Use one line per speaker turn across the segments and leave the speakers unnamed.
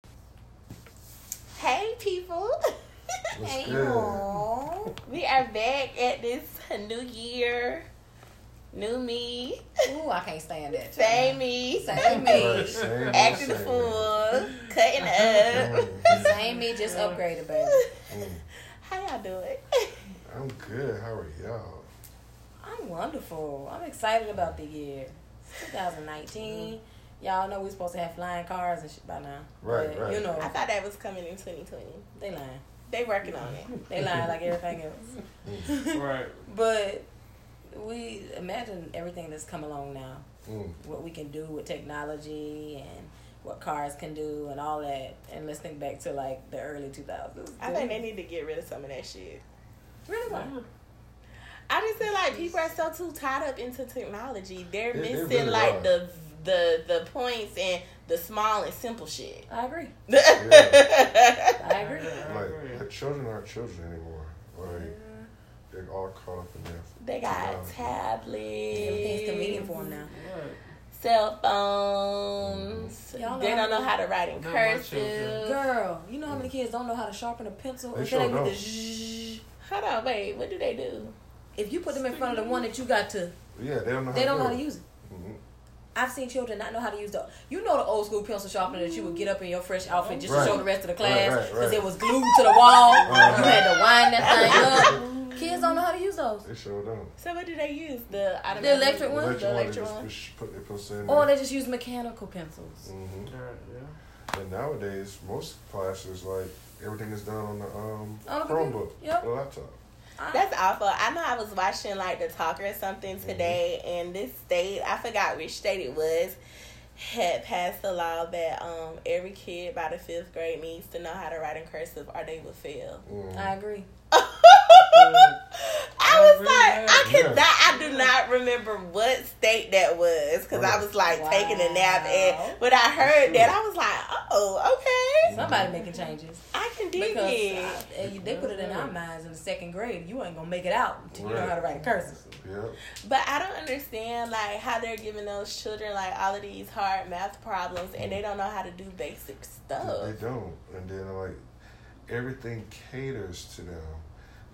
people.
What's
hey,
good?
y'all.
We are back at this new year, new me,
Ooh, I can't stand that.
same me,
Same
same
Right,
me,
same old,
acting the
same
fool, cutting up.
old.
Same me, just upgraded, baby.
Mm,
How y'all doing?
I'm good. How are y'all?
I'm wonderful. I'm excited about the year. It's 2019. Y'all know we're supposed to have flying cars and shit by now.
Right,
but,
right.
You know,
I thought that was coming in 2020.
they lying.
They working on it.
They lying like everything else.
Right.
But we imagine everything that's come along now.
Mm,
what we can do with technology and what cars can do and all that. And let's think back to like the early 2000s.
I think they need to get rid of some of that shit.
really like,
I just feel like people are so too tied up into technology. They're
They- they
missing
really
like
are.
the the the points and the small and simple shit.
I agree. I agree.
like the children aren't children anymore. Like they're all caught up in their
They got
Wow.
Everything's
tablets,
convenient for them now.
cell phones.
Y'all
They
know
don't
how
know
many-
how to write in
Not my
cursive.
children.
Girl, you know how many kids don't know how to sharpen a pencil?
They
If
sure
ain't with
don't.
the zzz,
Hold on, wait. What do they do?
If you put them in front of the one that you got to,
Yeah, they don't know.
they
how
don't
to
know
do
how to
it.
use it.
Mhm.
I've seen children not know how to use the. You know the old school pencil sharpener that you would get up in your fresh outfit just
Right.
to show the rest of the class
Right, right,
because
right.
it was glued to the wall.
Uh-huh.
You had to wind that thing up. Kids don't know how to use those.
They sure don't.
So what do they use? The automatic
The electric one?
The
But you want to
electric
just
one.
push, put their pencil in. there.
Or they just use mechanical pencils.
Mhm.
Right, yeah.
And nowadays, most classes like everything is done on the um
On the
Chromebook,
computer. Yep.
the laptop.
That's awful. I know I was watching like the talk or something today, and this state I forgot which state it was had passed a law that um every kid by the fifth grade needs to know how to write in cursive or they will fail.
Mm.
I agree.
I was
Really?
like, I
Yeah.
could not. I do not remember what state that was because I was like taking a nap,
Wow.
and when I heard that, I was like, oh, okay,
Somebody making changes
I can dig
because
it.
uh, and you- they put it in our minds in the second grade. You ain't gonna make it out until you know how to write a cursive.
Yep.
But I don't understand like how they're giving those children like all of these hard math problems, and they don't know how to do basic stuff.
They
Oh.
don't. And then like everything caters to them.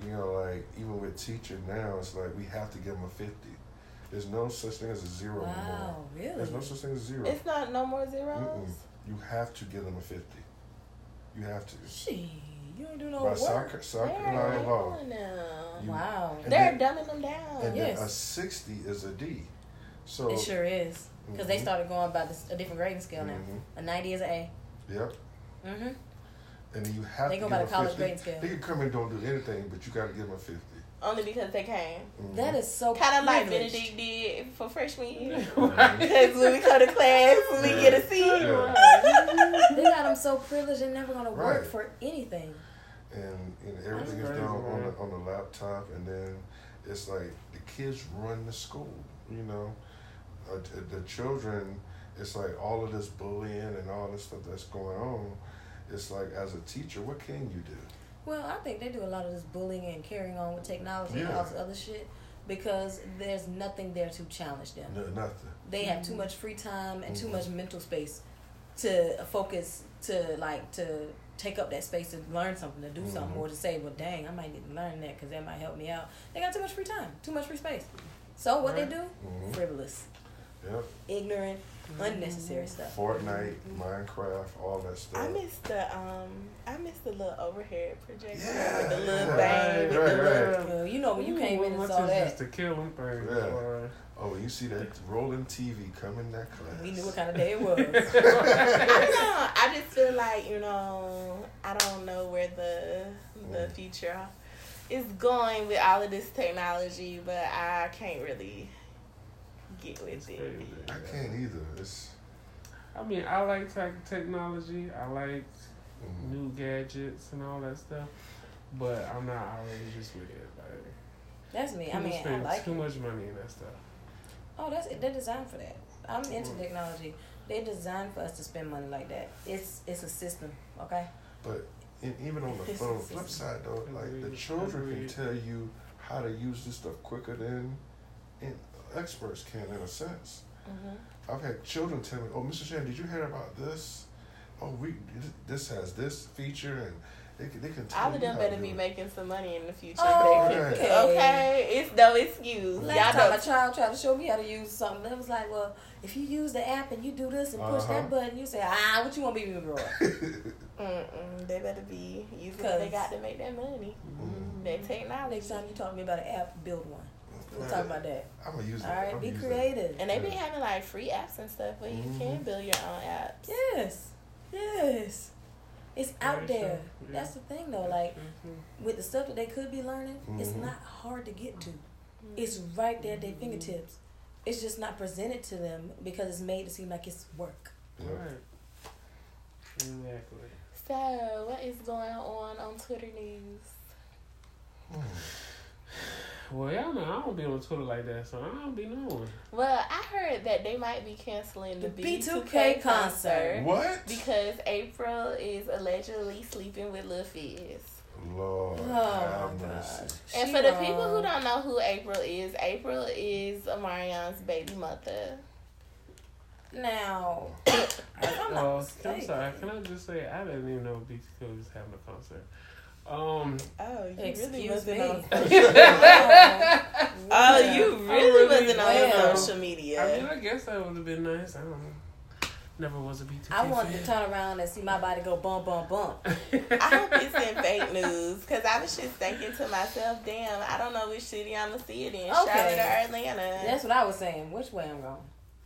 You know, like even with teacher now, it's like we have to give them a fifty. There's no such thing as a zero anymore.
Wow, really?
There's no such thing as a zero.
It's not no more zeros.
Mm-mm. You have to give them a fifty. You have to.
Gee, you ain't do no
By
work.
soccer, soccer
They're
law.
enabling them.
You-
Wow,
And
They're
then-
dumbing them down.
And
Yes.
then a sixty is a D. So
it sure is because they
Mhm.
started going by this, a different grading scale now.
Mhm.
A ninety is an A.
Yep.
Mm-hmm.
And then you have
They
to
go
give
by
them
the college
50.
grade scale.
They can come and don't do anything, but you got to give them a 50
Only because they came.
Mhm.
That is so
Kind of like
privileged.
Benedict did for freshman year.
Right.
Because when we come to class, we get a C.
Yeah.
They got them so privileged and never gonna work
Right.
for anything.
and and everything is
crazy,
done on
man.
the, on the laptop, and then it's like the kids run the school, you know, uh, t- the children. It's like all of this bullying and all this stuff that's going on. It's like as a teacher, what can you do?
Well, I think they do a lot of this bullying and carrying on with technology and all this
Yeah.
other shit because there's nothing there to challenge them.
No, nothing.
They have too much free time and too much mental space to focus to like to take up that space to learn something to do something
Mhm.
or to say, well, dang, I might need to learn that because that might help me out. They got too much free time, too much free space. So what
Right.
they do?
Mhm.
Frivolous,
Yep.
ignorant,
Mm-hmm.
unnecessary stuff.
Fortnite,
Mm-hmm.
Minecraft, all that stuff.
I miss the um, I miss the little overhead projector
Yeah.
with the little
Yeah.
bang, with the
Right,
little
right.
Well, you know when Oh, you
Ooh,
came in
my
and saw
teacher
that,
used to kill them things.
Yeah.
boy.
oh, you see that rolling TV coming that class.
we knew what kind of day it was.
I don't know. I just feel like you know, I don't know where the the
Mm.
future is going with all of this technology, but I can't really get with it.
I can't either. It's
I mean, I like tech- technology. I like
mm,
new gadgets and all that stuff, but I'm not always just with it. Like,
That's me. I
people
mean, I
spend
like
too
it.
much money in that stuff.
Oh, that's it. They're designed for that. I'm into
Mhm.
technology. They're designed for us to spend money like that. It's it's a system, okay?
and even on the
This
phone
is-
flip side though, like the
Agreed,
children can
agreed.
tell you how to use this stuff quicker than and experts
Mm-hmm.
can in a sense. I've had children tell me, "Oh, Mr. Shannon, did you hear about this?" oh, we this has this feature, and they can they can.
All
tell
of
you
them
how
better
to do
be
it.
making some money in the future.
Oh,
baby.
okay.
okay. It's no excuse.
Last
Y'all
time
know.
my child tried to show me how to use something, it was like, well, if you use the app and you do this and push
Uh-huh.
that button, you say, ah, what you want me to do?
Mm-mm, they better be using what they got to make that money.
Mm-hmm.
Mhm.
That technology.
Next time you talk to me about an app, build one. We'll talk about that.
I'm gonna use it.
All right,
I'ma
be
use it.
creative.
And they be having like free apps and stuff where you can
Mhm.
build your own apps.
Yes, yes. It's out
Very true.
there.
Yeah.
That's the thing though. Like
Mm-hmm.
with the stuff that they could be learning, it's
Mhm.
not hard to get to. It's right there at their fingertips. It's just not presented to them because it's made to seem like it's work.
Yeah.
Right. Exactly.
So, what is going on on Twitter news?
Well, y'all know I don't be on Twitter like that, so I don't be knowing.
Well, I heard that they might be canceling the,
The
B2K,
B2K
concert
What?
because April is allegedly sleeping with Lil Fizz.
Lord,
Oh
have
my
mercy.
gosh.
And
She
for the
wrong.
people who don't know who April is, April is Marion's baby mother.
now, if I'm not
Well, Oh, I'm
mistaken-
sorry. Can I just say I didn't even know BTK was having a concert. Um,
Oh, you
Excuse me.
Oh,
Yeah.
you
I
really
really
wasn't on
am.
social
I mean,
media.
I guess that would have been nice. I don't know. Never was a BTK.
I wanted to
fan.
turn around and see my body go bump, bump, bump.
I hope it's in fake news because I was just thinking to myself, damn, I don't know which city I'm gonna see it in,
Okay.
Charlotte or Atlanta.
That's what I was saying. Which way I'm going?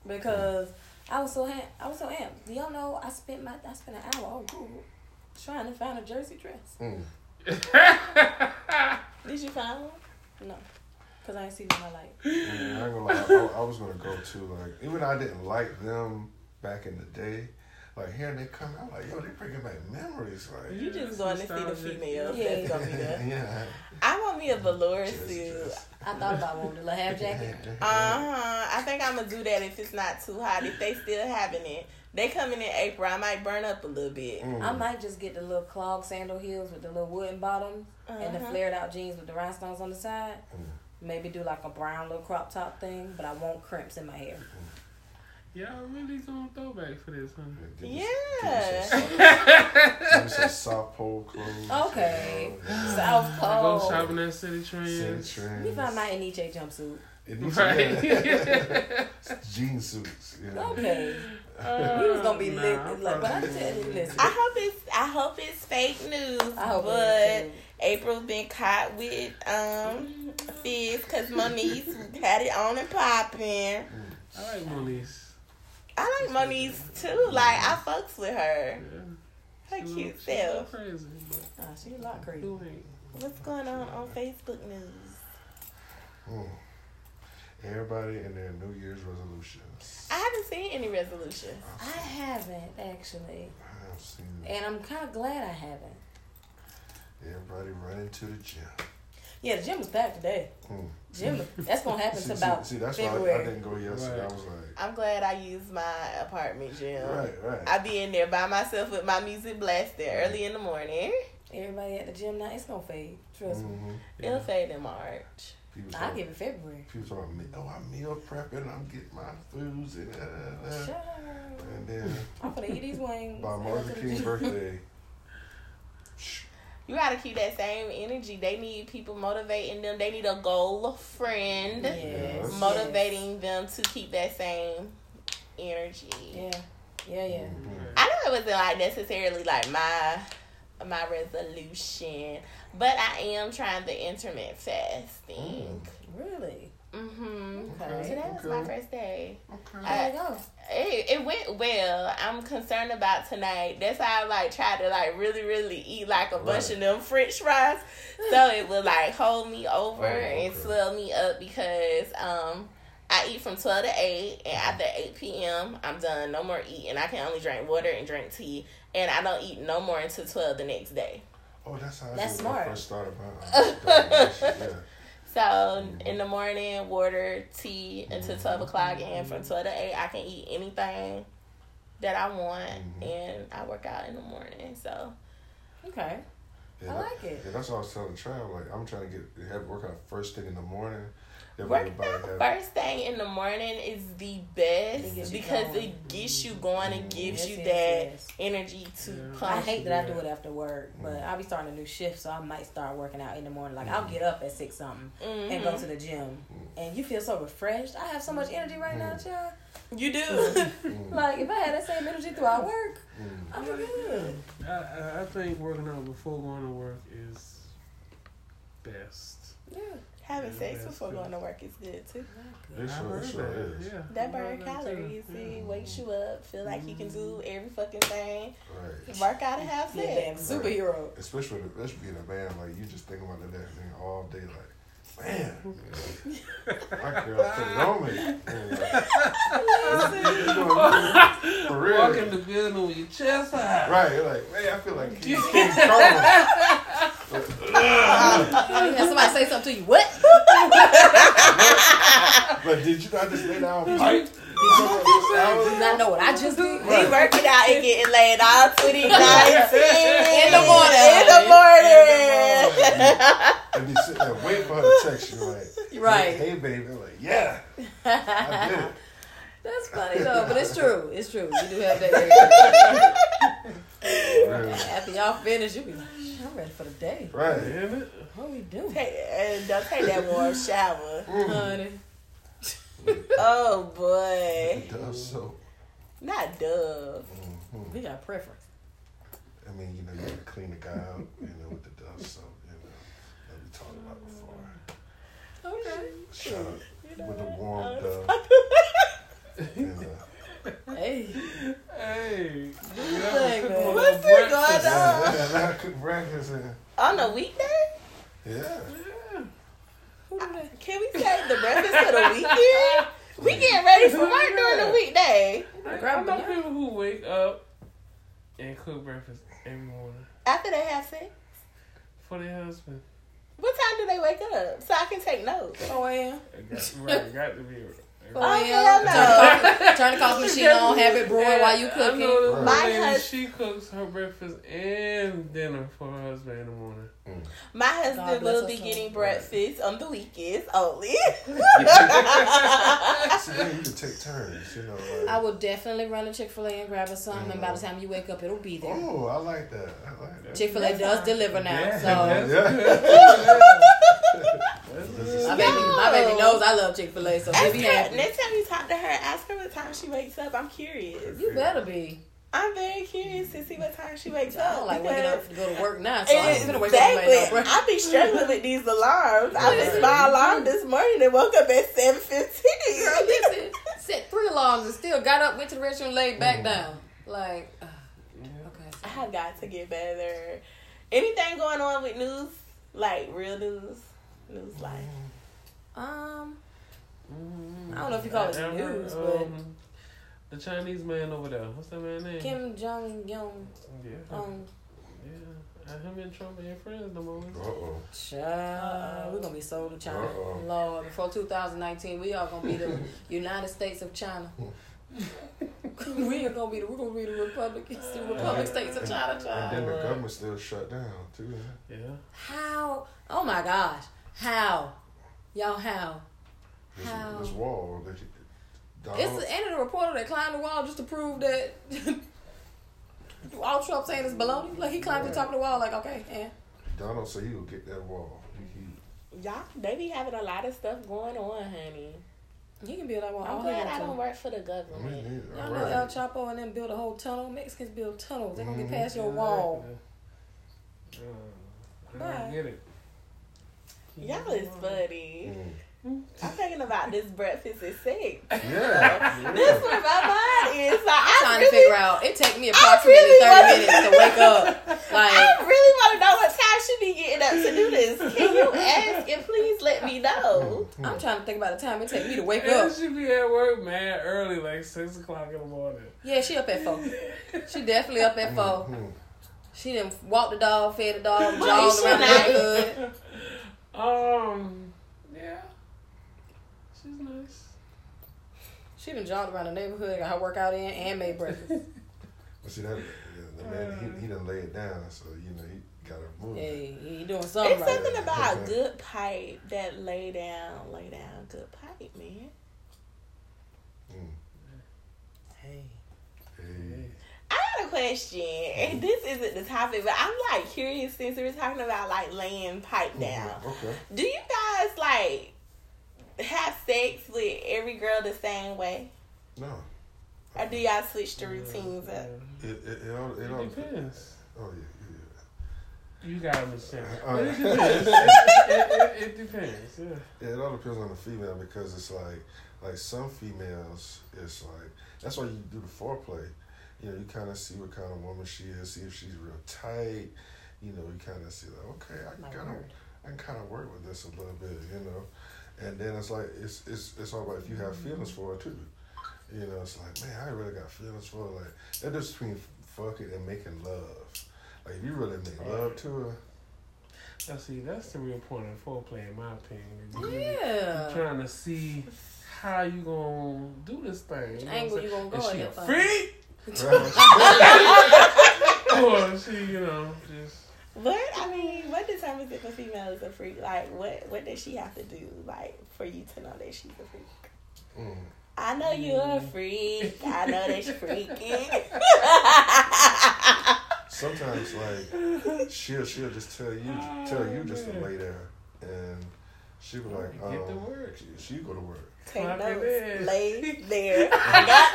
Because I was so ha- I was so amped. Do y'all know I spent my I spent an hour on Google trying to find a jersey dress?
Mm.
Did you find one?
No, because I ain't seen it in my life.
Yeah, I, ain't gonna lie. I, I was gonna go to like even though I didn't like them back in the day. Like hearing they come, I'm like, yo, they bringing back memories, like.
You just going to see the females
Yeah.
that's gonna be there.
yeah.
I want me a velour
Just-
suit.
just-
I thought about wanting a little half jacket.
Uh huh. I think I'm gonna do that if it's not too hot. If they still having it, they coming in April. I might burn up a little bit.
Mm.
I might just get the little clog sandal heels with the little wooden bottom and the
Uh-huh.
flared out jeans with the rhinestones on the side.
Mm.
Maybe do like a brown little crop top thing, but I want crimps in my hair.
Y'all really going throwback for this, huh?
Give me
Yeah.
some- Give me some soft pole clothes.
Okay.
You know,
South
Go
Pole.
shopping at City
City
Trends.
trends.
We find my NHA jumpsuit.
It needs
Right.
yeah. jean suits. You know.
Okay.
Uh,
We was gonna be
nah,
lit.
I'm
Like, but I
probably-
tell you, listen.
I hope it's I hope it's fake news.
I hope
but
it is,
April been caught with um fizz because my niece had it on and popping.
I like Moniece.
I like my niece too. Like I fucks with
Yeah.
her. Her
She was-
cute
she was
self.
Crazy,
too. Ah, she a lot
but
crazy.
who ain't?
What's going on on Facebook news?
Mm. Everybody and their New Year's resolutions.
I haven't seen any resolution.
I haven't actually,
I have seen
and I'm kind of glad I haven't.
everybody running to the gym.
Yeah, the gym was packed today.
Mm.
Gym, that's gonna happen
See,
to about
see, see, that's why I, I
February.
didn't go yesterday.
Right.
I was like,
I'm glad I used my apartment gym.
right, right.
I be in there by myself with my music blasting early in the morning.
Everybody at the gym now, it's gonna fade. Trust me.
Mhm.
Yeah.
It'll fade in March.
People
I
talk,
give it February.
people talk about me. Oh, I'm meal prepping. I'm getting my foods and da, da, da, da.
Sure.
And then
I'm gonna eat these wings.
by Martin King's birthday, shh,
You gotta keep that same energy. They need people motivating them. They need a goal friend
Yes.
motivating them to keep that same energy.
Yeah. Yeah. Yeah.
mhm.
I know it wasn't like necessarily like my my resolution, but I am trying the intermittent fasting.
Really.
Mm-hmm.
Okay,
Today was my
okay.
first day.
Okay.
I-
There you go.
It, it went well. I'm concerned about tonight. That's how I like tried to like really, really eat like a bunch
Right.
of them French fries, so it would like hold me over
Oh, okay.
and swell me up because um I eat from twelve to eight,
Mm-hmm.
and after eight p.m. I'm done. No more eating. I can only drink water and drink tea, and I don't eat no more until twelve the next day.
oh, that's how I
That's
did when
smart.
I first started my uh, diet. yeah.
So in the morning, water, tea until twelve o'clock, and
Mm-hmm.
from twelve to eight, I can eat anything that I want,
Mm-hmm.
Mhm.
and I work out in the morning. So
Okay.
Yeah,
I
that-
like it.
yeah, that's what I was telling Trav. Like, I'm trying to get have workout first thing in the morning. Everybody
Working out
have-
first thing in the morning is the best
It gets you
because
going. Mm-hmm.
it gets you going and
Mhm.
gives
Yes,
you
yes,
that
yes.
energy to
Yeah.
I
punch.
hate that I
Yeah.
do it after work, but
Mhm.
I'll be starting a new shift, so I might start working out in the morning. Like
Mm.
I'll get up at six something and go
Mhm.
to the gym, and you feel so refreshed. I have so much energy right now, child.
You do.
Mm-hmm.
Mm,
Like if I had that same energy throughout work,
mm.
I'm good.
I, I, I think working out before going to work is best.
Yeah,
Having
Yeah,
sex
that's
before
good.
going to work is good too.
It
I've
sure,
heard
it sure
that,
is.
Yeah.
That
I've heard
burn
that too, Mm-hmm.
calories,
yeah.
see, wakes you up, feel like you can do every fucking thing,
Right.
work out and have
yeah, damn
sex.
superhero.
Especially with especially being a man, like you just think about that damn thing all day, like, man, my girl couldn't on me. And, like, you know what I mean? For real.
Walk in the building with your chest high.
Right, you're like, man, I feel like King King Kong.
I mean, had somebody say something to you. What?
But did you not just lay down and fight? I
Do not know what I just did.
We working out and getting laid all to the night.
In the morning.
In the morning.
was- And you sit there and wait for her to text you, like,
Right.
hey, baby. I'm like, yeah, I did it.
That's funny though, but it's true. It's true. You do have that.
Right.
After y'all finish, you be like, "Shit, I'm ready for the day.
Right.
Damn it.
What we do,
Take- and don't take that warm shower.
honey?
Oh boy.
It does so.
Not Dove.
Mhm.
We got preference.
I mean, you know, you gotta clean the guy out, you know, with the dust, so, you know, that we talked about before.
Okay.
Shut up. With the warm dove. And, uh,
Hey.
Hey.
thing, man.
What's this going on?
yeah, and I cook breakfast and,
On a weekday?
yeah.
Who do that?
Can we save the breakfast for the weekend? We getting ready for work during the weekday.
I know people who wake up and cook breakfast every morning
After they have sex.
for their husband.
What time do they wake up? So I can take notes.
4 a.m.
It got, right, it got to be. a-
Oh,
Oh,
yeah.
hell no.
Turn the coffee machine on, have it brewing while you
I
cooking.
know this
My
lady,
hus-
she cooks her breakfast and dinner for her husband in the morning.
My
God
husband
bless
will
us
be
all.
getting breakfast on the weekends only.
See, then you can take turns, you know. Like,
I will definitely run to Chick fil A and grab us something, and by the time you wake up, it'll be there.
oh, I like that. I like that.
Chick fil A does deliver now,
Yeah,
so.
that's
Yeah.
good.
This
That's
My
is-
baby, my baby knows I love Chick Fil A, so
Ask
she be
her,
happy.
next time you talk to her, ask her what time she wakes up. I'm curious.
You better be.
I'm very curious to see what time she wakes
I
up.
don't like waking
because-
up to go to work now, so I'm just gonna wake up and make no
Exactly.
breakfast.
I be struggling with these alarms. I missed
Listen.
my alarm this morning and woke up at seven fifteen.
Girl, listen, set three alarms and still got up, went to the restroom, and laid back down. Like, uh, okay.
I have got to get better. Anything going on with news? Like real news? News life.
Um,
Mhm.
I don't know if you call it
Ever,
news, but-
um, the Chinese man over there. What's that man's name?
Kim Jong Un.
Yeah.
Um,
yeah. And him and Trump ain't friends no more.
Uh-oh.
child, we're gonna be sold to China.
Uh-oh.
Lord, before 2019, we are gonna be the United States of China. we are gonna be the we're gonna be the Republic, it's the Republic States of China,
And then
child.
the
Alright.
government still shut down, too.
Yeah.
How? Oh my gosh, how? Y'all how?
This,
How?
this wall that you,
It's
Oh.
Donald,
the end of the reporter that climbed the wall just to prove that all Trump saying is baloney. Like he climbed to the top of the wall, like okay, yeah.
Donald said he would get that wall. He, he,
Y'all, they be having a lot of stuff going on, honey.
He can build that wall.
I'm
all
glad
he
I
wants
don't
to.
work for the
I mean,
government.
he-
Y'all
all
know El
right.
Chapo and them build a whole tunnel. Mexicans build tunnels. They're gonna
Mhm.
Mm-hmm.
get past your wall.
Yeah. Uh, I
Bye.
don't get it. Mm-hmm.
Y'all is
Mm-hmm.
funny.
Mm.
I'm thinking about this breakfast and sex.
Yeah.
That's
yeah.
where my mind is. Like, I
Trying
really,
to figure out. It take me approximately
really wanna-
thirty minutes to wake up. Like
I really want to know what time she be getting up to do this. Can you ask and please let me
Hmm,
know?
Oh, I'm trying to think about the time it take me to wake
And
up.
she be at work mad early, like six o'clock in the morning.
Yeah, she up at four. She definitely up at
Mm-hmm.
four.
Mhm.
She done walked the dog, fed the dog,
Why
jogged
she
around the
nice?
neighborhood.
Um, yeah, she's nice.
She done jogged around the neighborhood, got her workout in, and made breakfast.
But see, that, yeah, the man, he, he done lay it down, so, you know, he gotta move. it.
Hey, you doing something
It's
Mm-hmm. right.
something about good pipe that lay down, lay down good pipe, man.
Mm.
Hey.
Hey.
I got a question, and this isn't the topic, but I'm like curious since we were talking about like laying pipe down.
Okay.
Do you guys like have sex with every girl the same way,
No.
or do y'all switch the routines up?
It it, it, all, it, all,
It depends.
Oh yeah,
You gotta understand.
Uh,
But it depends. it, it, it depends. Yeah.
yeah, yeah. It all depends on the female because it's like like some females, it's like that's why you do the foreplay. You know, you kind of see what kind of woman she is, see if she's real tight. You know, you kind of see like, okay, I
My
can kind of
word.
I can kind of work with this a little bit, you know. And then it's like it's it's it's all about if you have feelings for it too. You know, it's like man, I really got feelings for her. Like that difference between fucking and making love. Like if you really make love to her,
Now, see, that's the real point of foreplay, in my opinion. You- you
Oh, Yeah.
trying to see how you gonna do this thing. You know what I'm
Angle
saying?
you gonna go
Is
at
she a
that
freak? or is she, you know, just
What I mean, what determines if a female is a freak? Like, what what does she have to do like for you to know that she's a freak?
mm,
I know you're a
Mm.
freak. I know that you're
sometimes like she'll she'll just tell you tell you just to lay there, and she'll be like,
get the
um,
word.
she, she go to work.
Take
Clap it
notes.
in.
Lay there. I got.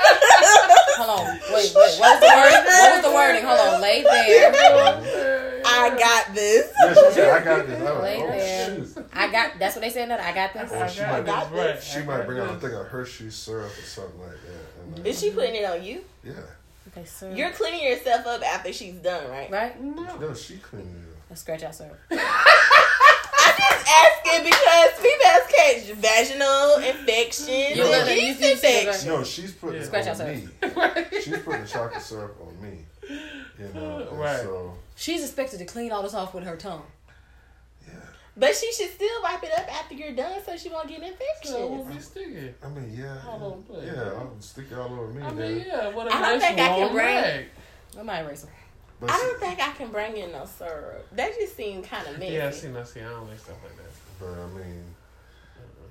Hold on. Wait, wait. What was the word? What was the wording? Hold on. Lay there.
Oh,
I got this.
Yeah, she said, I got this. I was like,
Lay there.
oh shoot.
I got. That's what they said. That I got this.
Or she might,
got
this, right.
she
I
might
got
bring out a
this.
thing of Hershey syrup or something like that. And like,
Is she putting it on you?
yeah.
Okay, sir.
You're cleaning yourself up after she's done, right?
right.
No, she cleaned it up.
Let's scratch out, sir.
I'm just asking because females catch vaginal infections,
You
and
look-
you
yeast
see-
infections.
No, she's putting
Yeah.
Scratch
it on
outside.
me. She's putting the chocolate syrup on me. You know, and
Right.
so
She's expected to clean all this off with her tongue.
yeah.
But she should still wipe it up after you're done, so she won't get
So it
infections.
won't be sticky.
I mean, yeah,
I don't play.
yeah. I'll stick it all over me.
I
man.
mean, yeah, what a
I don't
nice
think I can
long
bring-
rag.
I might erase her.
But
I
she-
don't think I can bring in no syrup. That just seemed kind of messy.
Yeah, I seen, I seen. I don't like stuff like that.
but I mean,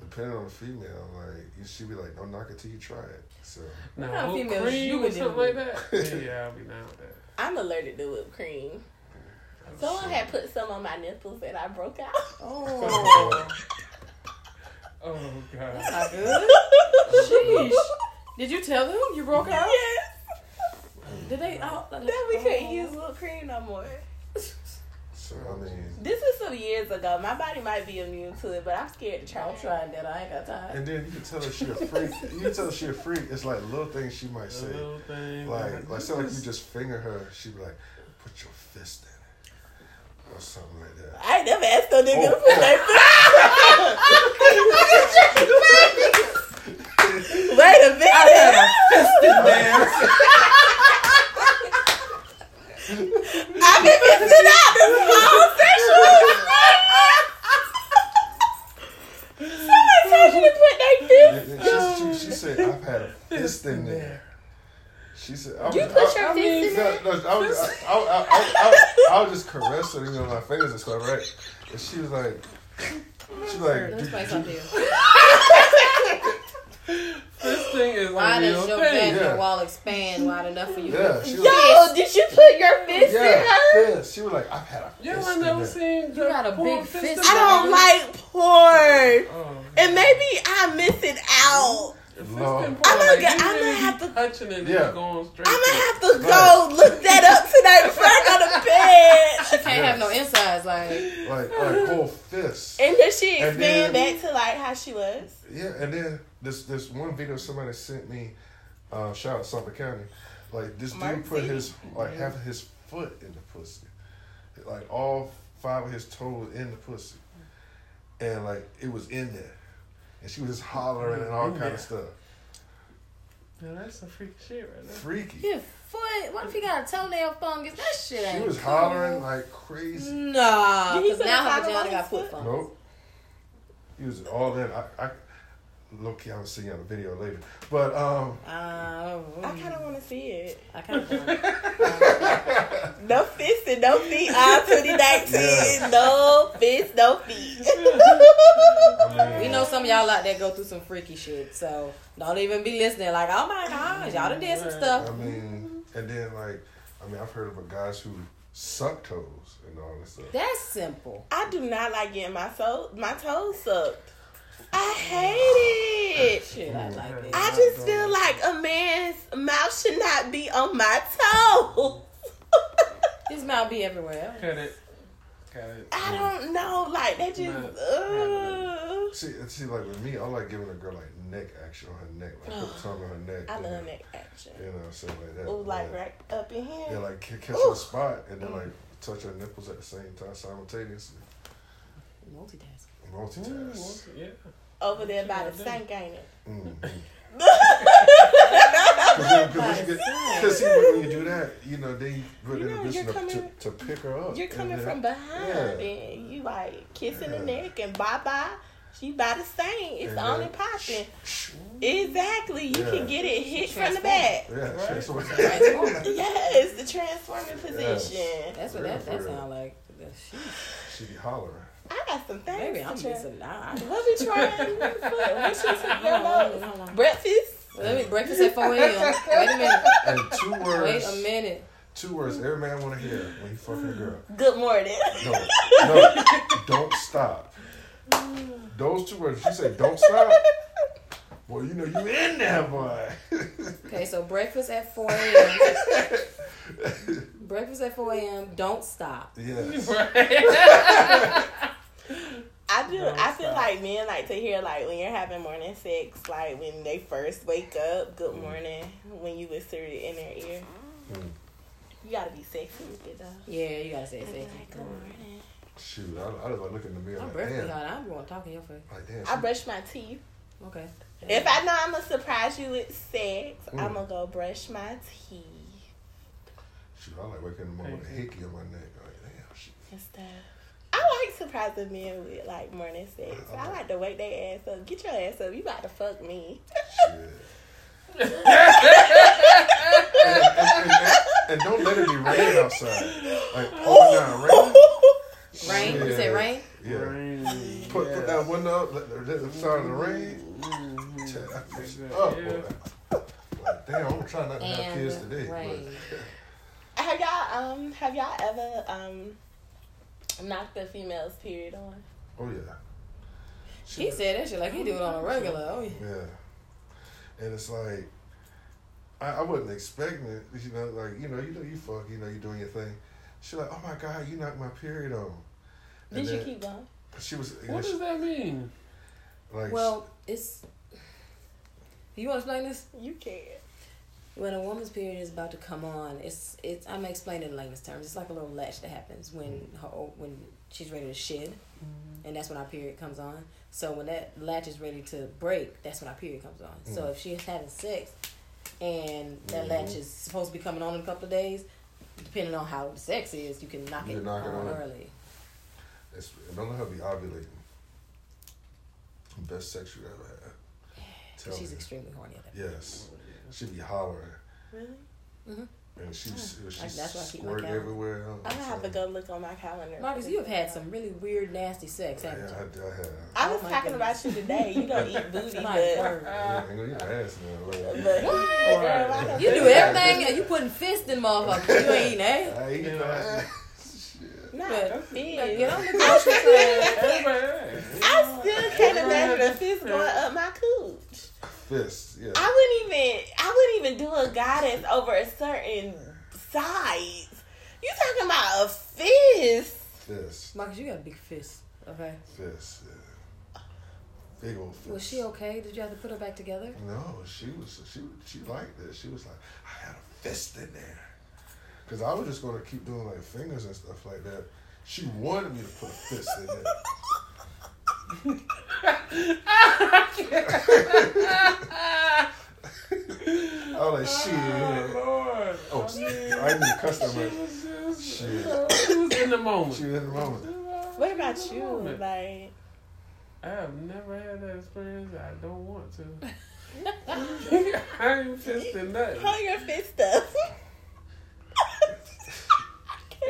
depending on the female, like she be like, "Don't knock it till you try it." So
Now,
kind of
whipped
females you
cream or
would
something like
deal
that. Yeah, yeah, I'll be down with that.
I'm allergic to whipped cream.
Oh,
Someone had put some on my nipples and I broke out.
Oh,
Oh
that's
god.
not good. Sheesh. Did you tell them you broke out?
Yes.
Did they? Oh,
Then we couldn't use whipped cream no more.
so I mean,
This was some years ago. My body might be immune to it, but I'm scared to try.
I'm trying that. I ain't got time.
and then you can tell her she a freak. you can tell her she a freak. It's like little things she might
A
say,
little thing.
like like say like you
this-
just finger her. She be like, "Put your fist in it," or something like that.
I ain't never asked no nigga to
Oh.
put their Wait a minute. I've been missing out this whole session. Somebody told you to put their fist.
And then she, she, she said, "I've had a fist in there." She said, I was,
You put your
I,
fist in
I, no, no, I, was, I, I, I, I, I, I was just caressing, you know, my fingers and stuff, right? And she was like, she like,
Let's
"Do-
play
do-
something.
This thing is
Why
a real
does your
thing.
vaginal
yeah.
wall expand wide enough for you?
yeah, she was,
Yo, did you put your fist in
yeah,
her?
fist. She was like, I've had a fist
You
in
ain't
there.
never seen. You
got a big fist.
I don't like porn.
Oh.
And maybe I'm missing out.
Lord.
I'm gonna get-
you
I'm gonna
really
have
be
to-
touching it. and
Yeah.
Going straight.
I'm
to
gonna
it.
have to go look that up tonight before I go to bed.
She can't have no insides. Like,
Like, like whole fist.
And does she
And
expand
then-
back to like how she was?
Yeah, and then this this one video somebody sent me, uh, shout out Suffolk County, like this dude put
Mercy.
his like half of his foot in the pussy, like all five of his toes in the pussy, and like it was in there, and she was just hollering and all
In
kind
there.
of stuff,
Now, that's some freak shit right there.
freaky.
your foot. What if you got a toenail fungus? That shit ain't.
She was
cool.
hollering like crazy.
Nah,
Did he
because
put a
now her
condom on
vagina got
his
foot
foot?
fungus.
Nope. He was all in. I, I Look, key, I'll see you on the video later. But um,
Um,
I
Mm.
kind of want to see it.
I kind of.
No fisting, no feet. Ah, 2019.
Yeah.
No fist, no feet.
I
We
mean,
know some of y'all out there go through some freaky shit, so don't even be listening. Like, oh my gosh, y'all done did some
I
stuff.
mean, and then like, I mean, I've heard of guys who suck toes and all this stuff.
That's simple.
I do not like getting my so my toes sucked. I hate it.
Shit, I like it.
I just feel like a man's mouth should not be on my toes.
His mouth be everywhere.
Cut it. Cut it.
I
Mm.
don't know. Like they just.
Nah.
ugh.
See, see, like with me, I like giving a girl like neck action on her neck, like put the tongue on her neck.
I
and
love
then,
neck action.
You know, something like that.
Ooh, like
Yeah.
right up in here.
Yeah, like ca- catch
Ooh.
a spot and then like touch her nipples at the same time simultaneously.
Multitask.
Multitask.
Yeah.
Over there by
Yeah,
the
dude.
sink, ain't it?
Mm.
Oh
By
Because see, when you do that, you know they put
You
in a
know,
position
you're
to, to,
coming-
to pick her up.
You're
and
coming
then-
from behind
Yeah.
and you like kissing
Yeah.
the neck and bye bye. She by the same. It's
and
only
then-
popping.
Shh, shh.
Exactly. You
Yeah.
can get it hit from the
Transform.
back.
Yeah,
Right.
shit, so-
Transformer.
Yes, the transforming position.
That's what that, that sound like. That shit.
she be hollering.
I got some things.
Baby,
to
I'm
try.
just a nah.
What we trying? What what you took your nose?
Hold on.
Breakfast.
Let me breakfast at 4 a.m. Wait a minute.
And two
Wait
words.
a minute.
Two words every man want to hear when he fucking a girl.
Good morning.
No, no, don't stop. Those two words. She said, "Don't stop." Boy, you know you in there, boy.
Okay, so breakfast at 4 a.m. breakfast at 4 a.m. Don't stop.
yes.
I do.
Don't
I feel
stop.
like men like to hear like when you're having morning sex, like when they first wake up, good morning. When you whisper it in their ear,
Mm.
you gotta be sexy with it though.
Yeah, you gotta say it.
I'd be
sexy.
like, good morning.
Shoot, I, I just like look in the mirror.
I'm
Like,
breakfast
damn.
hard. I'm going to talk to your face.
Like, damn.
I
She,
brush my teeth.
Okay.
If I know I'm gonna surprise you with sex,
Mm.
I'm gonna go brush my teeth
shoot, I like waking in the morning with a hickey on my neck. Like, damn. She,
and stuff. I like surprising men with like morning sex. I like to wake their ass up. Get your ass up. You about to fuck me.
shit. and, and- and- and don't let it be rain outside. Like, oh, down, rain.
Rain? You say
Shit.
rain?
Yeah.
Rain.
Put, put that window up. Let, let, let the sound of the rain.
Mhm.
Shit, I fixed it
Yeah.
up, boy. Like, damn, I'm trying not to have kids
And
today.
rain.
Have y'all um have y'all ever um knocked a female's period on?
But, oh yeah.
He said that shit like he do it on a regular. Oh, yeah.
Yeah. And it's like I, I wasn't expecting it, you know, like, you know, you know you fuck, you know, you doing your thing. She like, Oh my god, you knocked my period on.
Did
And
you
then-
keep going?
She was
What
she-
does that mean?
like
Well, it's. You want to explain this?
You can.
When a woman's period is about to come on, it's it's. I'm explaining it in layman's terms. It's like a little latch that happens when her o- when she's ready to shed, and that's when our period comes on. So when that latch is ready to break, that's when our period comes on. So
Mm.
if she's having sex, and that
Mhm.
latch is supposed to be coming on in a couple of days, depending on how the sex is, you can knock
You
it
knock it
on
on.
early.
it's, don't let her be ovulating. Best sex you ever had. Tell
She's
me.
extremely horny. At that.
Yes. She be hollering.
Really?
And she, uh, she
Ah, Like, that's why I keep my
squirt
calendar.
everywhere.
I'm gonna have to go look on my calendar.
Marcus, you have had some really weird, nasty sex,
Yeah,
haven't you?
I, I have.
I was
Oh my
talking
goodness.
about you today. You don't eat booty,
My
but,
word.
Yeah, I know your ass now.
but
Like,
girl, I don't
You
think-
do everything and you putting fists in motherfuckers. You ain't eating eh?
I eat
Yeah.
your ass. Shit.
Not
But-
big.
Get on the grocery plan.
Everybody.
I still can't imagine a fist going up my cooch.
Fist, yeah.
I wouldn't even I wouldn't even do a goddess over a certain size. You talking about a fist?
Fist,
Marcus, you got a big fist. Okay.
fist, yeah. Big old fist.
Was she okay? Did you have to put her back together?
No, she was. She she liked it. She was like, I got a fist in there. Cause I was just gonna keep doing like fingers and stuff like that. She wanted me to put a fist in there.
Ah,
I was like, shit.
Oh,
yeah.
Lord.
Oh,
I mean,
I didn't even cuss that
she
much.
was just-
Shit.
she was in the moment.
She was in the moment.
What about
She was in the
you?
moment.
Like
I have never had that experience. I don't want to. I ain't fisting nothing.
Hold your fist up.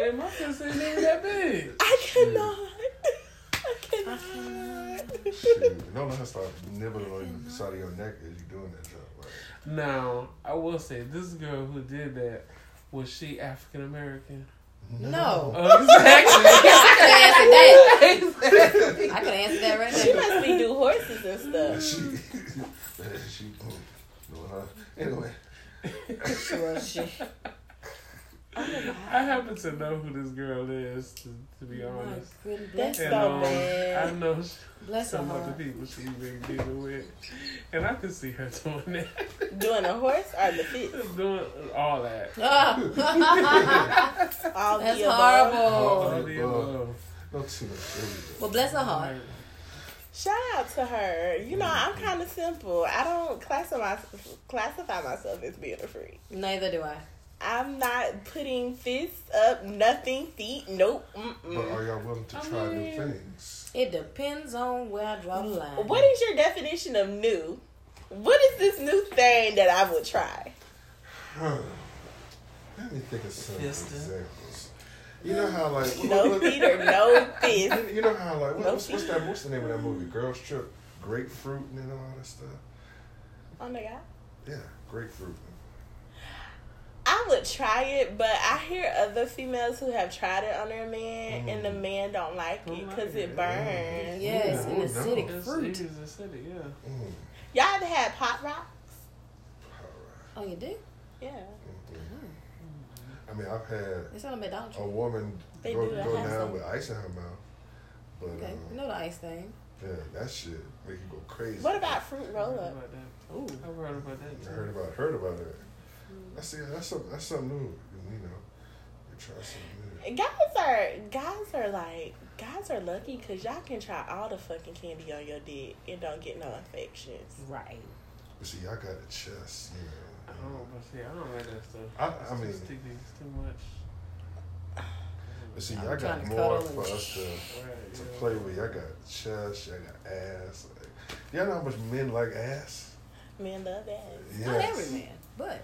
And my fist ain't even that big.
I cannot. I cannot.
Shoot, don't let her start nibbling on the side of your neck as you doing that job. Like,
Now, I will say this girl who did that was she African American?
No.
Uh, exactly.
I could have answered that.
Exactly.
I could have answered that right
She
there.
must be do horses and stuff.
she, she, no, huh? Anyway,
Well, shit.
I happen to know who this girl is, to, to be
My
honest. um,
goodness,
That's
bless,
so bad.
I know
bless her
some of the
heart.
people she's been dealing with, and I could see her doing that,
Doing a horse or the fist?
doing all that.
Ah.
All
That's
the above.
horrible.
All the above.
not too much. There we go.
Well, bless her heart.
Shout out to her. You know, I'm kind of simple. I don't classify classify myself as being a freak.
Neither do I.
I'm not putting fists up, nothing, feet, nope.
But
Mm-mm.
are y'all willing to
I
try
mean-
new things?
It depends on where I draw the line.
What is your definition of new? What is this new thing that I would try?
Huh. Let me think of some
Fister.
examples. You know how like what-
No
what-
feet or no fist.
You- You know how like what,
No
what's, what's
feet.
that? What's the name of that movie? Girls Trip, Grapefruit and all that stuff.
Oh my god.
Yeah, Grapefruit.
I would try it, but I hear other females who have tried it on their man,
Mm. Oh
and the man don't like it
Don't like
because it
it.
burns.
Yes, an
Mm-hmm. Ooh, no.
acidic
It's, it
fruit.
is a city, yeah.
Mm.
Y'all ever had pop rock?
All
Oh, you do?
Yeah.
right. Mm. I mean, I've had
It's not a bad dollar
a
tree.
woman
They
go,
do, I
go
have
down
some.
with ice in her mouth, but
Okay, you
um,
know the ice thing.
yeah, that shit make you go crazy.
What about fruit
I've
roll
heard
up?
about that.
Ooh.
I've heard about that.
I
too.
heard about heard about it. I see. That's something. That's something new. You know, you try something new.
Guys are guys are like guys are lucky because y'all can try all the fucking candy on your dick and don't get no infections.
Right.
But see, I got a chest. You
I
know.
don't
Oh.
know, Oh, but see, I don't like that stuff.
I-
It's
I
too
mean-
sticky, it's too much.
But see,
I'm
y'all
trying
got
to
more
cuddle
for
and-
us to,
Right,
to
yeah.
play with. Y'all got chest. Y'all got ass. Like, y'all know how much men like ass.
Men love that.
Not every man, but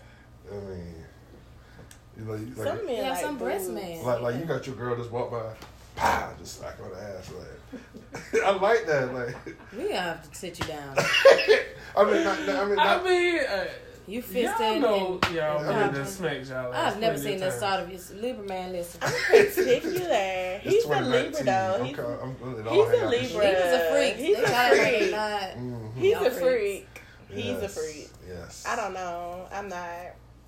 I mean, you know, you- like,
Some men
yeah,
like
some breast
boobs.
man.
like, like you got your girl just walk by, pow, just smack her on the ass. Like, I like that. Like,
we gonna have to sit you down.
I mean, not, not- I mean,
I
not,
mean, uh,
You
y'all
fisted.
know
and
y'all
Yeah.
women that smack y'all. ass
I've never
plenty
seen
of
that
times.
side of you, Lieberman. Listen,
I'm particular. He's a Libra though.
I'm,
He's,
ca- I'm good at
he's
all
a
hang out this
he
Libra.
shit.
was a freak.
He's
they
a
tried to
freak.
not.
Mhm.
he's
Y'all
a
freaks.
freak. He's a
Mm-hmm. Yes.
freak.
Yes.
I don't know. I'm not.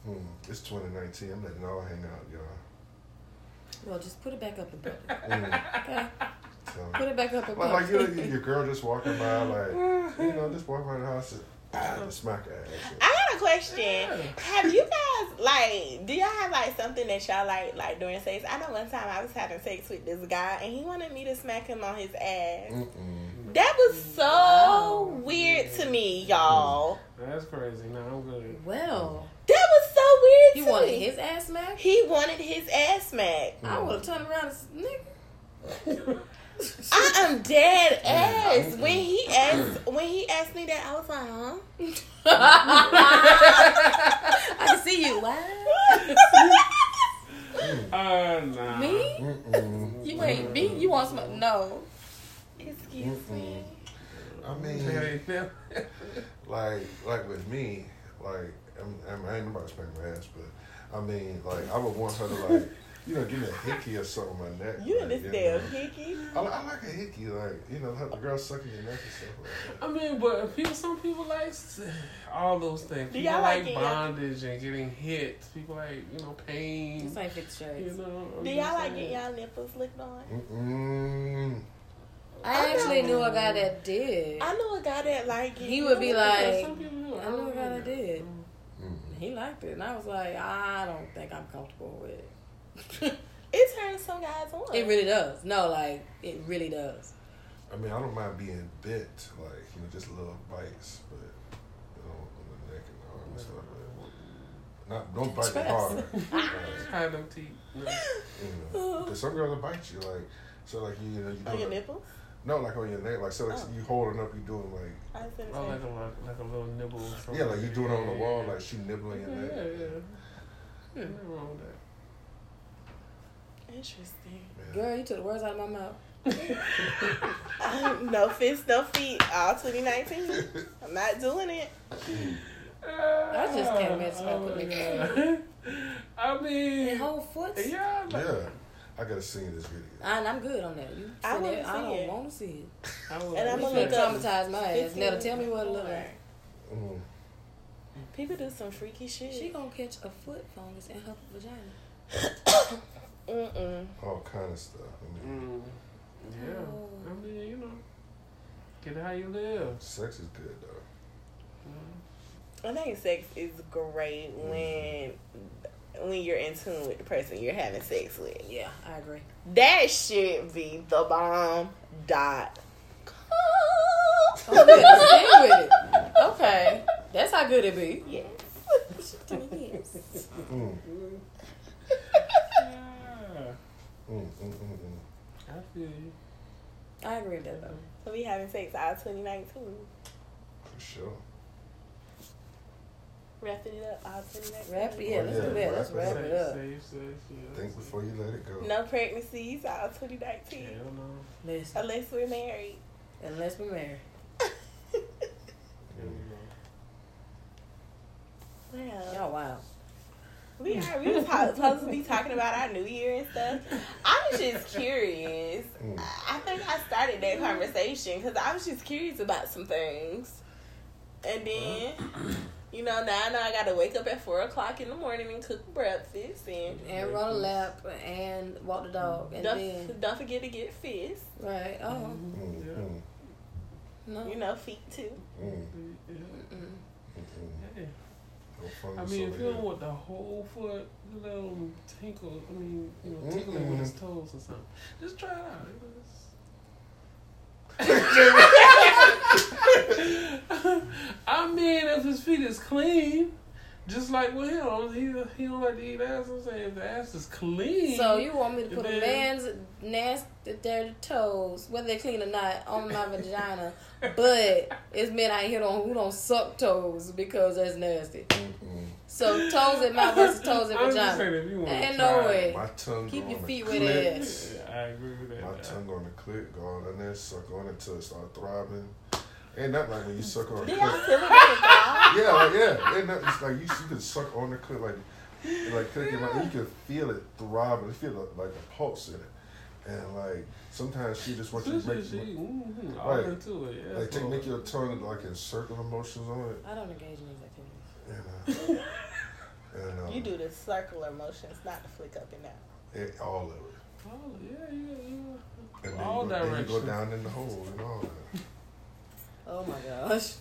Mm, it's 2019. I'm letting it all hang out, y'all.
Well, just put it back up in public.
Mm,
Okay,
so.
put it back up in
Like, like
public.
you know, your girl just walking by, like, you know, just walking by the house and ah, just smack her ass.
I got a question.
Yeah.
Have you guys like? Do y'all have like something that y'all like like during sex? I know one time I was having sex with this guy and he wanted me to smack him on his ass.
Mm-mm.
That was so
Wow.
weird to me, y'all.
That's crazy. No, I'm good.
well,
That was so
you
weird to me.
wanted his ass smacked.
he wanted his ass smacked.
I
Mm.
would have turned around and s- nigga.
I am dead ass. When he asked when he asked me that, I was like, huh?
I can see you. What?
I
Uh, nah.
me?
Mm-mm.
You ain't me? You want some? No.
Excuse me.
I
That
mean,
ain't them.
like, like with me, like, I'm, I'm, I ain't about to smack my ass, but I mean, like, I would want her to, like, you know, give me a hickey or something on my neck.
You in
like,
this
know.
damn hickey?
I,
Oh,
li- I like a hickey, like, you know, like the girl sucking your neck and stuff like that.
I mean, but people, some people like s- all those things.
Do
People
y'all like
like,
it?
bondage and getting hit. People like you know pain.
This ain't fixed
You
shirts.
know.
Do
you know
y'all
what
like get
I'm saying?
y'all nipples licked on?
Mm-mm.
I actually knew a guy that did.
I know a guy that like it.
He would be like,
Some people do.
I know what I did.
Mm.
He liked it, and I was like, I don't think I'm comfortable with it.
It turns some guys on.
it really does. No, like it really does.
I mean, I don't mind being bit, like, you know, just little bites, but, you know, on the neck and arm and stuff like that. Not, don't bite me
Trust.
hard.
Try them teeth. No.
you know, 'cause some girls will bite you, like, so, like, you know, you
on
go
Oh.
your
to-
nipples.
No, like on your neck, like so, like
Oh.
you holding up, you doing like
I was
Oh,
gonna
like
say.
a li- like a little nibble. From
yeah, like you doing it on the wall,
Yeah,
like she nibbling
yeah,
your neck.
yeah, yeah. Yeah, nothing wrong with that.
Interesting.
Yeah.
Girl, you took the words out of my mouth.
Um, no fists, no feet. All 2019. I'm not doing it.
I
just can't mess up with it.
Oh, I
And
mean,
whole foot.
yeah, like,
Yeah, I gotta see this video.
And I'm good on that. You
I
said
wanna
that, I
see
don't
it.
want to see it.
I would
And
I'm
I'ma
going
like
to
to
look up-
traumatize my ass.
15
Never tell me what it look like.
more.
Mm.
People do some freaky shit.
She gonna catch a foot fungus in her vagina.
Mm-mm.
All kind of stuff. I mean,
Mm, yeah,
Oh.
I mean, you know, get how you live.
sex is good though.
I think sex is great when when you're in tune with the person you're having sex with.
Yeah, I agree.
That should be the bomb dot.
Oh, good. Stay with it. Okay. That's how good it be.
Yes.
Mm.
Yeah,
Mm, mm, mm, mm.
I feel you.
I agree with that, though.
So we having sex all 2019.
For sure.
Wrapping it up all 2019.
Wrap it, yeah, let's do that. Let's wrap
Safe,
it up.
safe, safe, yeah,
Think
safe.
before you let it go.
No pregnancies all 2019.
Hell no.
Listen,
Unless we're married.
unless we're married.
Hell
Mm.
no.
Well,
Y'all wild.
we are. We was talk- supposed to be talking about our New Year and stuff. I was just curious.
Mm.
I think I started that conversation because I was just curious about some things, and then you know now I know I got to wake up at four o'clock in the morning and cook breakfast and
And run a lap and walk the dog. And
don't,
then,
don't forget to get fist.
right. Oh,
Mm,
Yeah.
mm,
no.
Mm-hmm. You know feet too.
mm,
Yeah.
Mm-mm.
mm,
Hey,
mm. No fun
I
with
mean,
somebody
if you don't
else.
want the whole foot, you know, tingle, I mean, you know,
Mm-mm.
tickling with his toes or something, just try it out. you know, it's- I mean, if his feet is clean, just like with him, he, he don't like to eat ass. I'm saying if the ass is clean,
So you want me to put a
Then-
man's nasty, dirty toes, whether they clean or not, on my vagina? But it's men out here don't, who don't suck toes because that's nasty.
Mm,
So toes in mouth versus toes in
I'm Just saying
vagina.
if you want
Ain't
to
no
try
way.
it.
mm. My tongue
Keep your
on the
feet wet
clit.
ass.
Yeah, I agree with that.
My tongue on the clit, go on in there, suck on it till it start throbbing. Ain't nothing like when you suck on a
Do y'all
clit.
feel it in the dog?
Yeah, like, yeah. Ain't nothing. It's like you, you can suck on the clit, like like clicking, like, you can feel it throbbing. You feel like, like a pulse in it, and like sometimes she just wants you to
Especially
make
if she, mm-hmm, all
Right.
into it. Yeah,
like take
so-
make your tongue like in circular motions on it.
I don't engage in these activities.
And, uh, and, uh,
You do the circular motions, not the flick up and down.
it, all of it.
Oh, yeah, yeah,
And
yeah.
then
All
you go, then you go
directions.
down in the hole and all that.
Oh my gosh.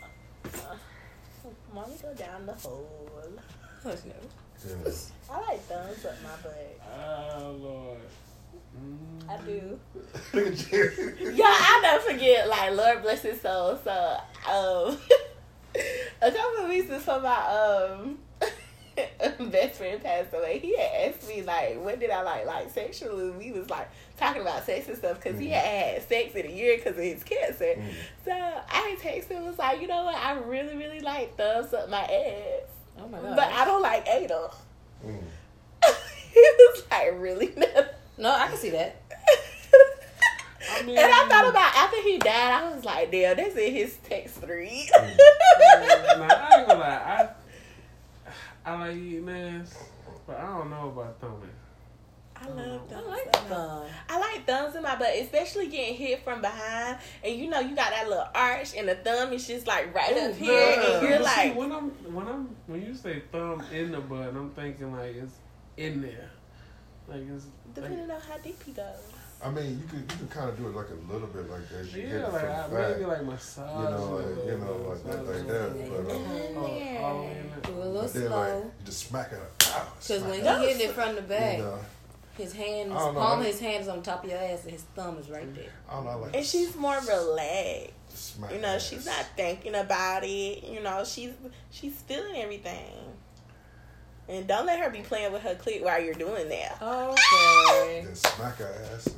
Mommy go down the hole.
Hush no.
Yeah.
I like thumbs up my butt.
Ah, Lord. Mm.
I do.
Look at Jerry.
Yeah, I never forget. Like Lord bless his soul. So, um, a couple of weeks before my um best friend passed away, he had asked me like, "What did I like like sexually?" We was like talking about sex and stuff because he
Mm-hmm.
Mhm.
had had sex in a year because of his cancer.
Mm.
So I texted him was like, "You know what? I really really like thumbs up my ass,
Oh my
but
gosh.
I don't like anal."
Mm.
he was like, "Really?"
No, I can see that.
I mean,
and I thought about after he died, I was like, damn, that's in his text three.
Mm. nah, I ain't gonna lie. I, I like eating ass, but I don't know about thumbing.
I
Mm.
love thumbs.
I
I
like
like thumbs.
thumb.
I like thumbs in my butt, especially getting hit from behind. And you know, you got that little arch, and the thumb is just like right
Ooh,
up here,
yeah.
and
Oh, But
you're
see,
like,
when I'm when I'm when you say thumb in the butt, I'm thinking like it's in there, like it's like,
depending on how deep he goes.
I mean, you can you can kind of do it like a little bit like as you hit it
yeah,
from
like I,
the back.
maybe like massage,
you know,
it
like, you
a little
know,
bit,
like that, like
massage it a little
that.
bit.
But, um,
Yeah.
In
Oh,
there.
all in
Do a
it.
little
but then like
slow.
you just smack it up. Ow,
Because
smack
when
it up,
he hitting it from the back,
you know,
his hand,
I don't know.
palm of his hand is on top of your ass, and his thumb is right there.
I don't know, I like
And
to
she's more relaxed.
smack
You know,
ass.
she's not thinking about it. You know, she's she's feeling everything. And don't let her be playing with her clit while you're doing that.
Okay.
Then smack her ass and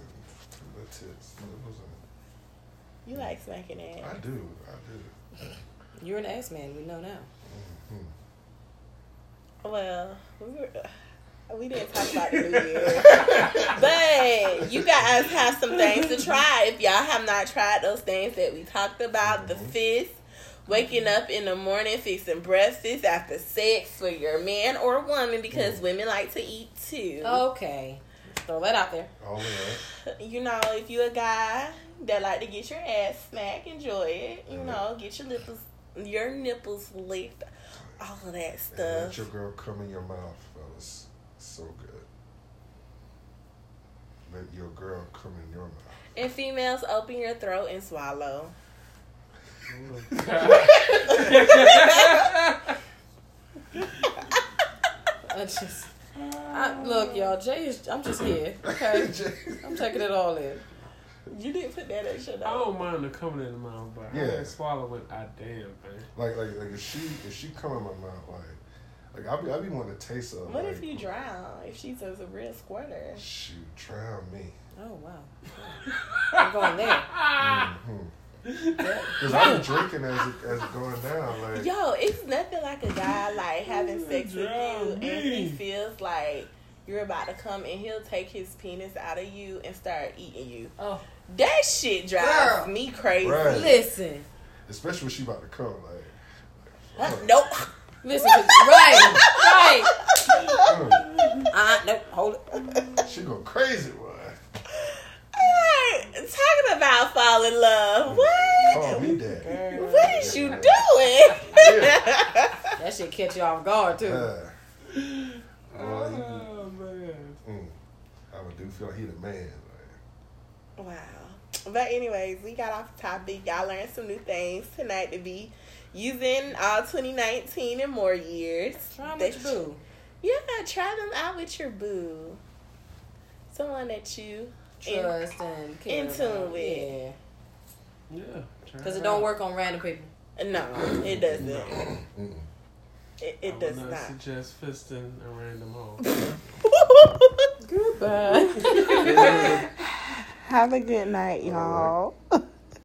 the tits. nipples, and
You like smacking ass.
I do. I
You're an ass man. We know now.
do.
Well, we, were, uh, we didn't talk about the New Year.
Mm-hmm.
But you guys have some things to try. If y'all have not tried those things that we talked about, the fist, waking up in the morning, fixing breakfast after sex for your man or woman because women like to eat too.
Oh, Okay. Let's throw that out there.
All of that.
You know, if you a guy that like to get your ass smacked, enjoy it.
Mm-hmm.
You know, get your nipples, your nipples licked, all of that
And let
stuff.
your girl come in your mouth, fellas. So good. Let your girl come in your mouth.
And females, open your throat and swallow.
I just, I, look, y'all. Jay is. I'm just here. Okay. I'm taking it all in.
You didn't put that extra.
I
Oh.
though.
don't mind the coming in the mouth, but I
Yeah.
ain't swallowing a damn thing.
like, like, like if she, if she come in my mouth, like, like I be, I be wanting to taste of.
What
like,
if you drown? If she's a real squirter.
Shoot, drown me.
Oh wow. I'm going there.
Ah.
Mm-hmm.
Mm.
Cause I'm drinking as it, as it going down. Like,
Yo, it's nothing like a guy like having sex with you
Drown
and
me.
he feels like you're about to come and he'll take his penis out of you and start eating you.
Oh,
That shit drives
Girl.
me crazy.
Right.
listen,
especially when she about to come, like.
Huh? Nope.
listen. 'cause- Right, right.
mm,
Uh, no, hold it.
she go crazy, boy.
Alright, Talking about fall in love. What?
Call me daddy.
What is you doing?
That should catch you off guard too.
Uh, well, he-
Oh man.
mm, I would do feel like he the man. Like,
Wow. But anyways, we got off topic. Y'all learned some new things tonight to be using all 2019 and more years.
Try
They-
with your boo.
Yeah, try them out with your boo. Someone that you in-
Trust and care
in tune
about.
with.
Yeah,
Yeah. try
because it don't work on random people.
No, it doesn't.
mm.
It,
I
it
would
does
not
not.
suggest fisting a random hoe.
Goodbye. Have a good night, y'all.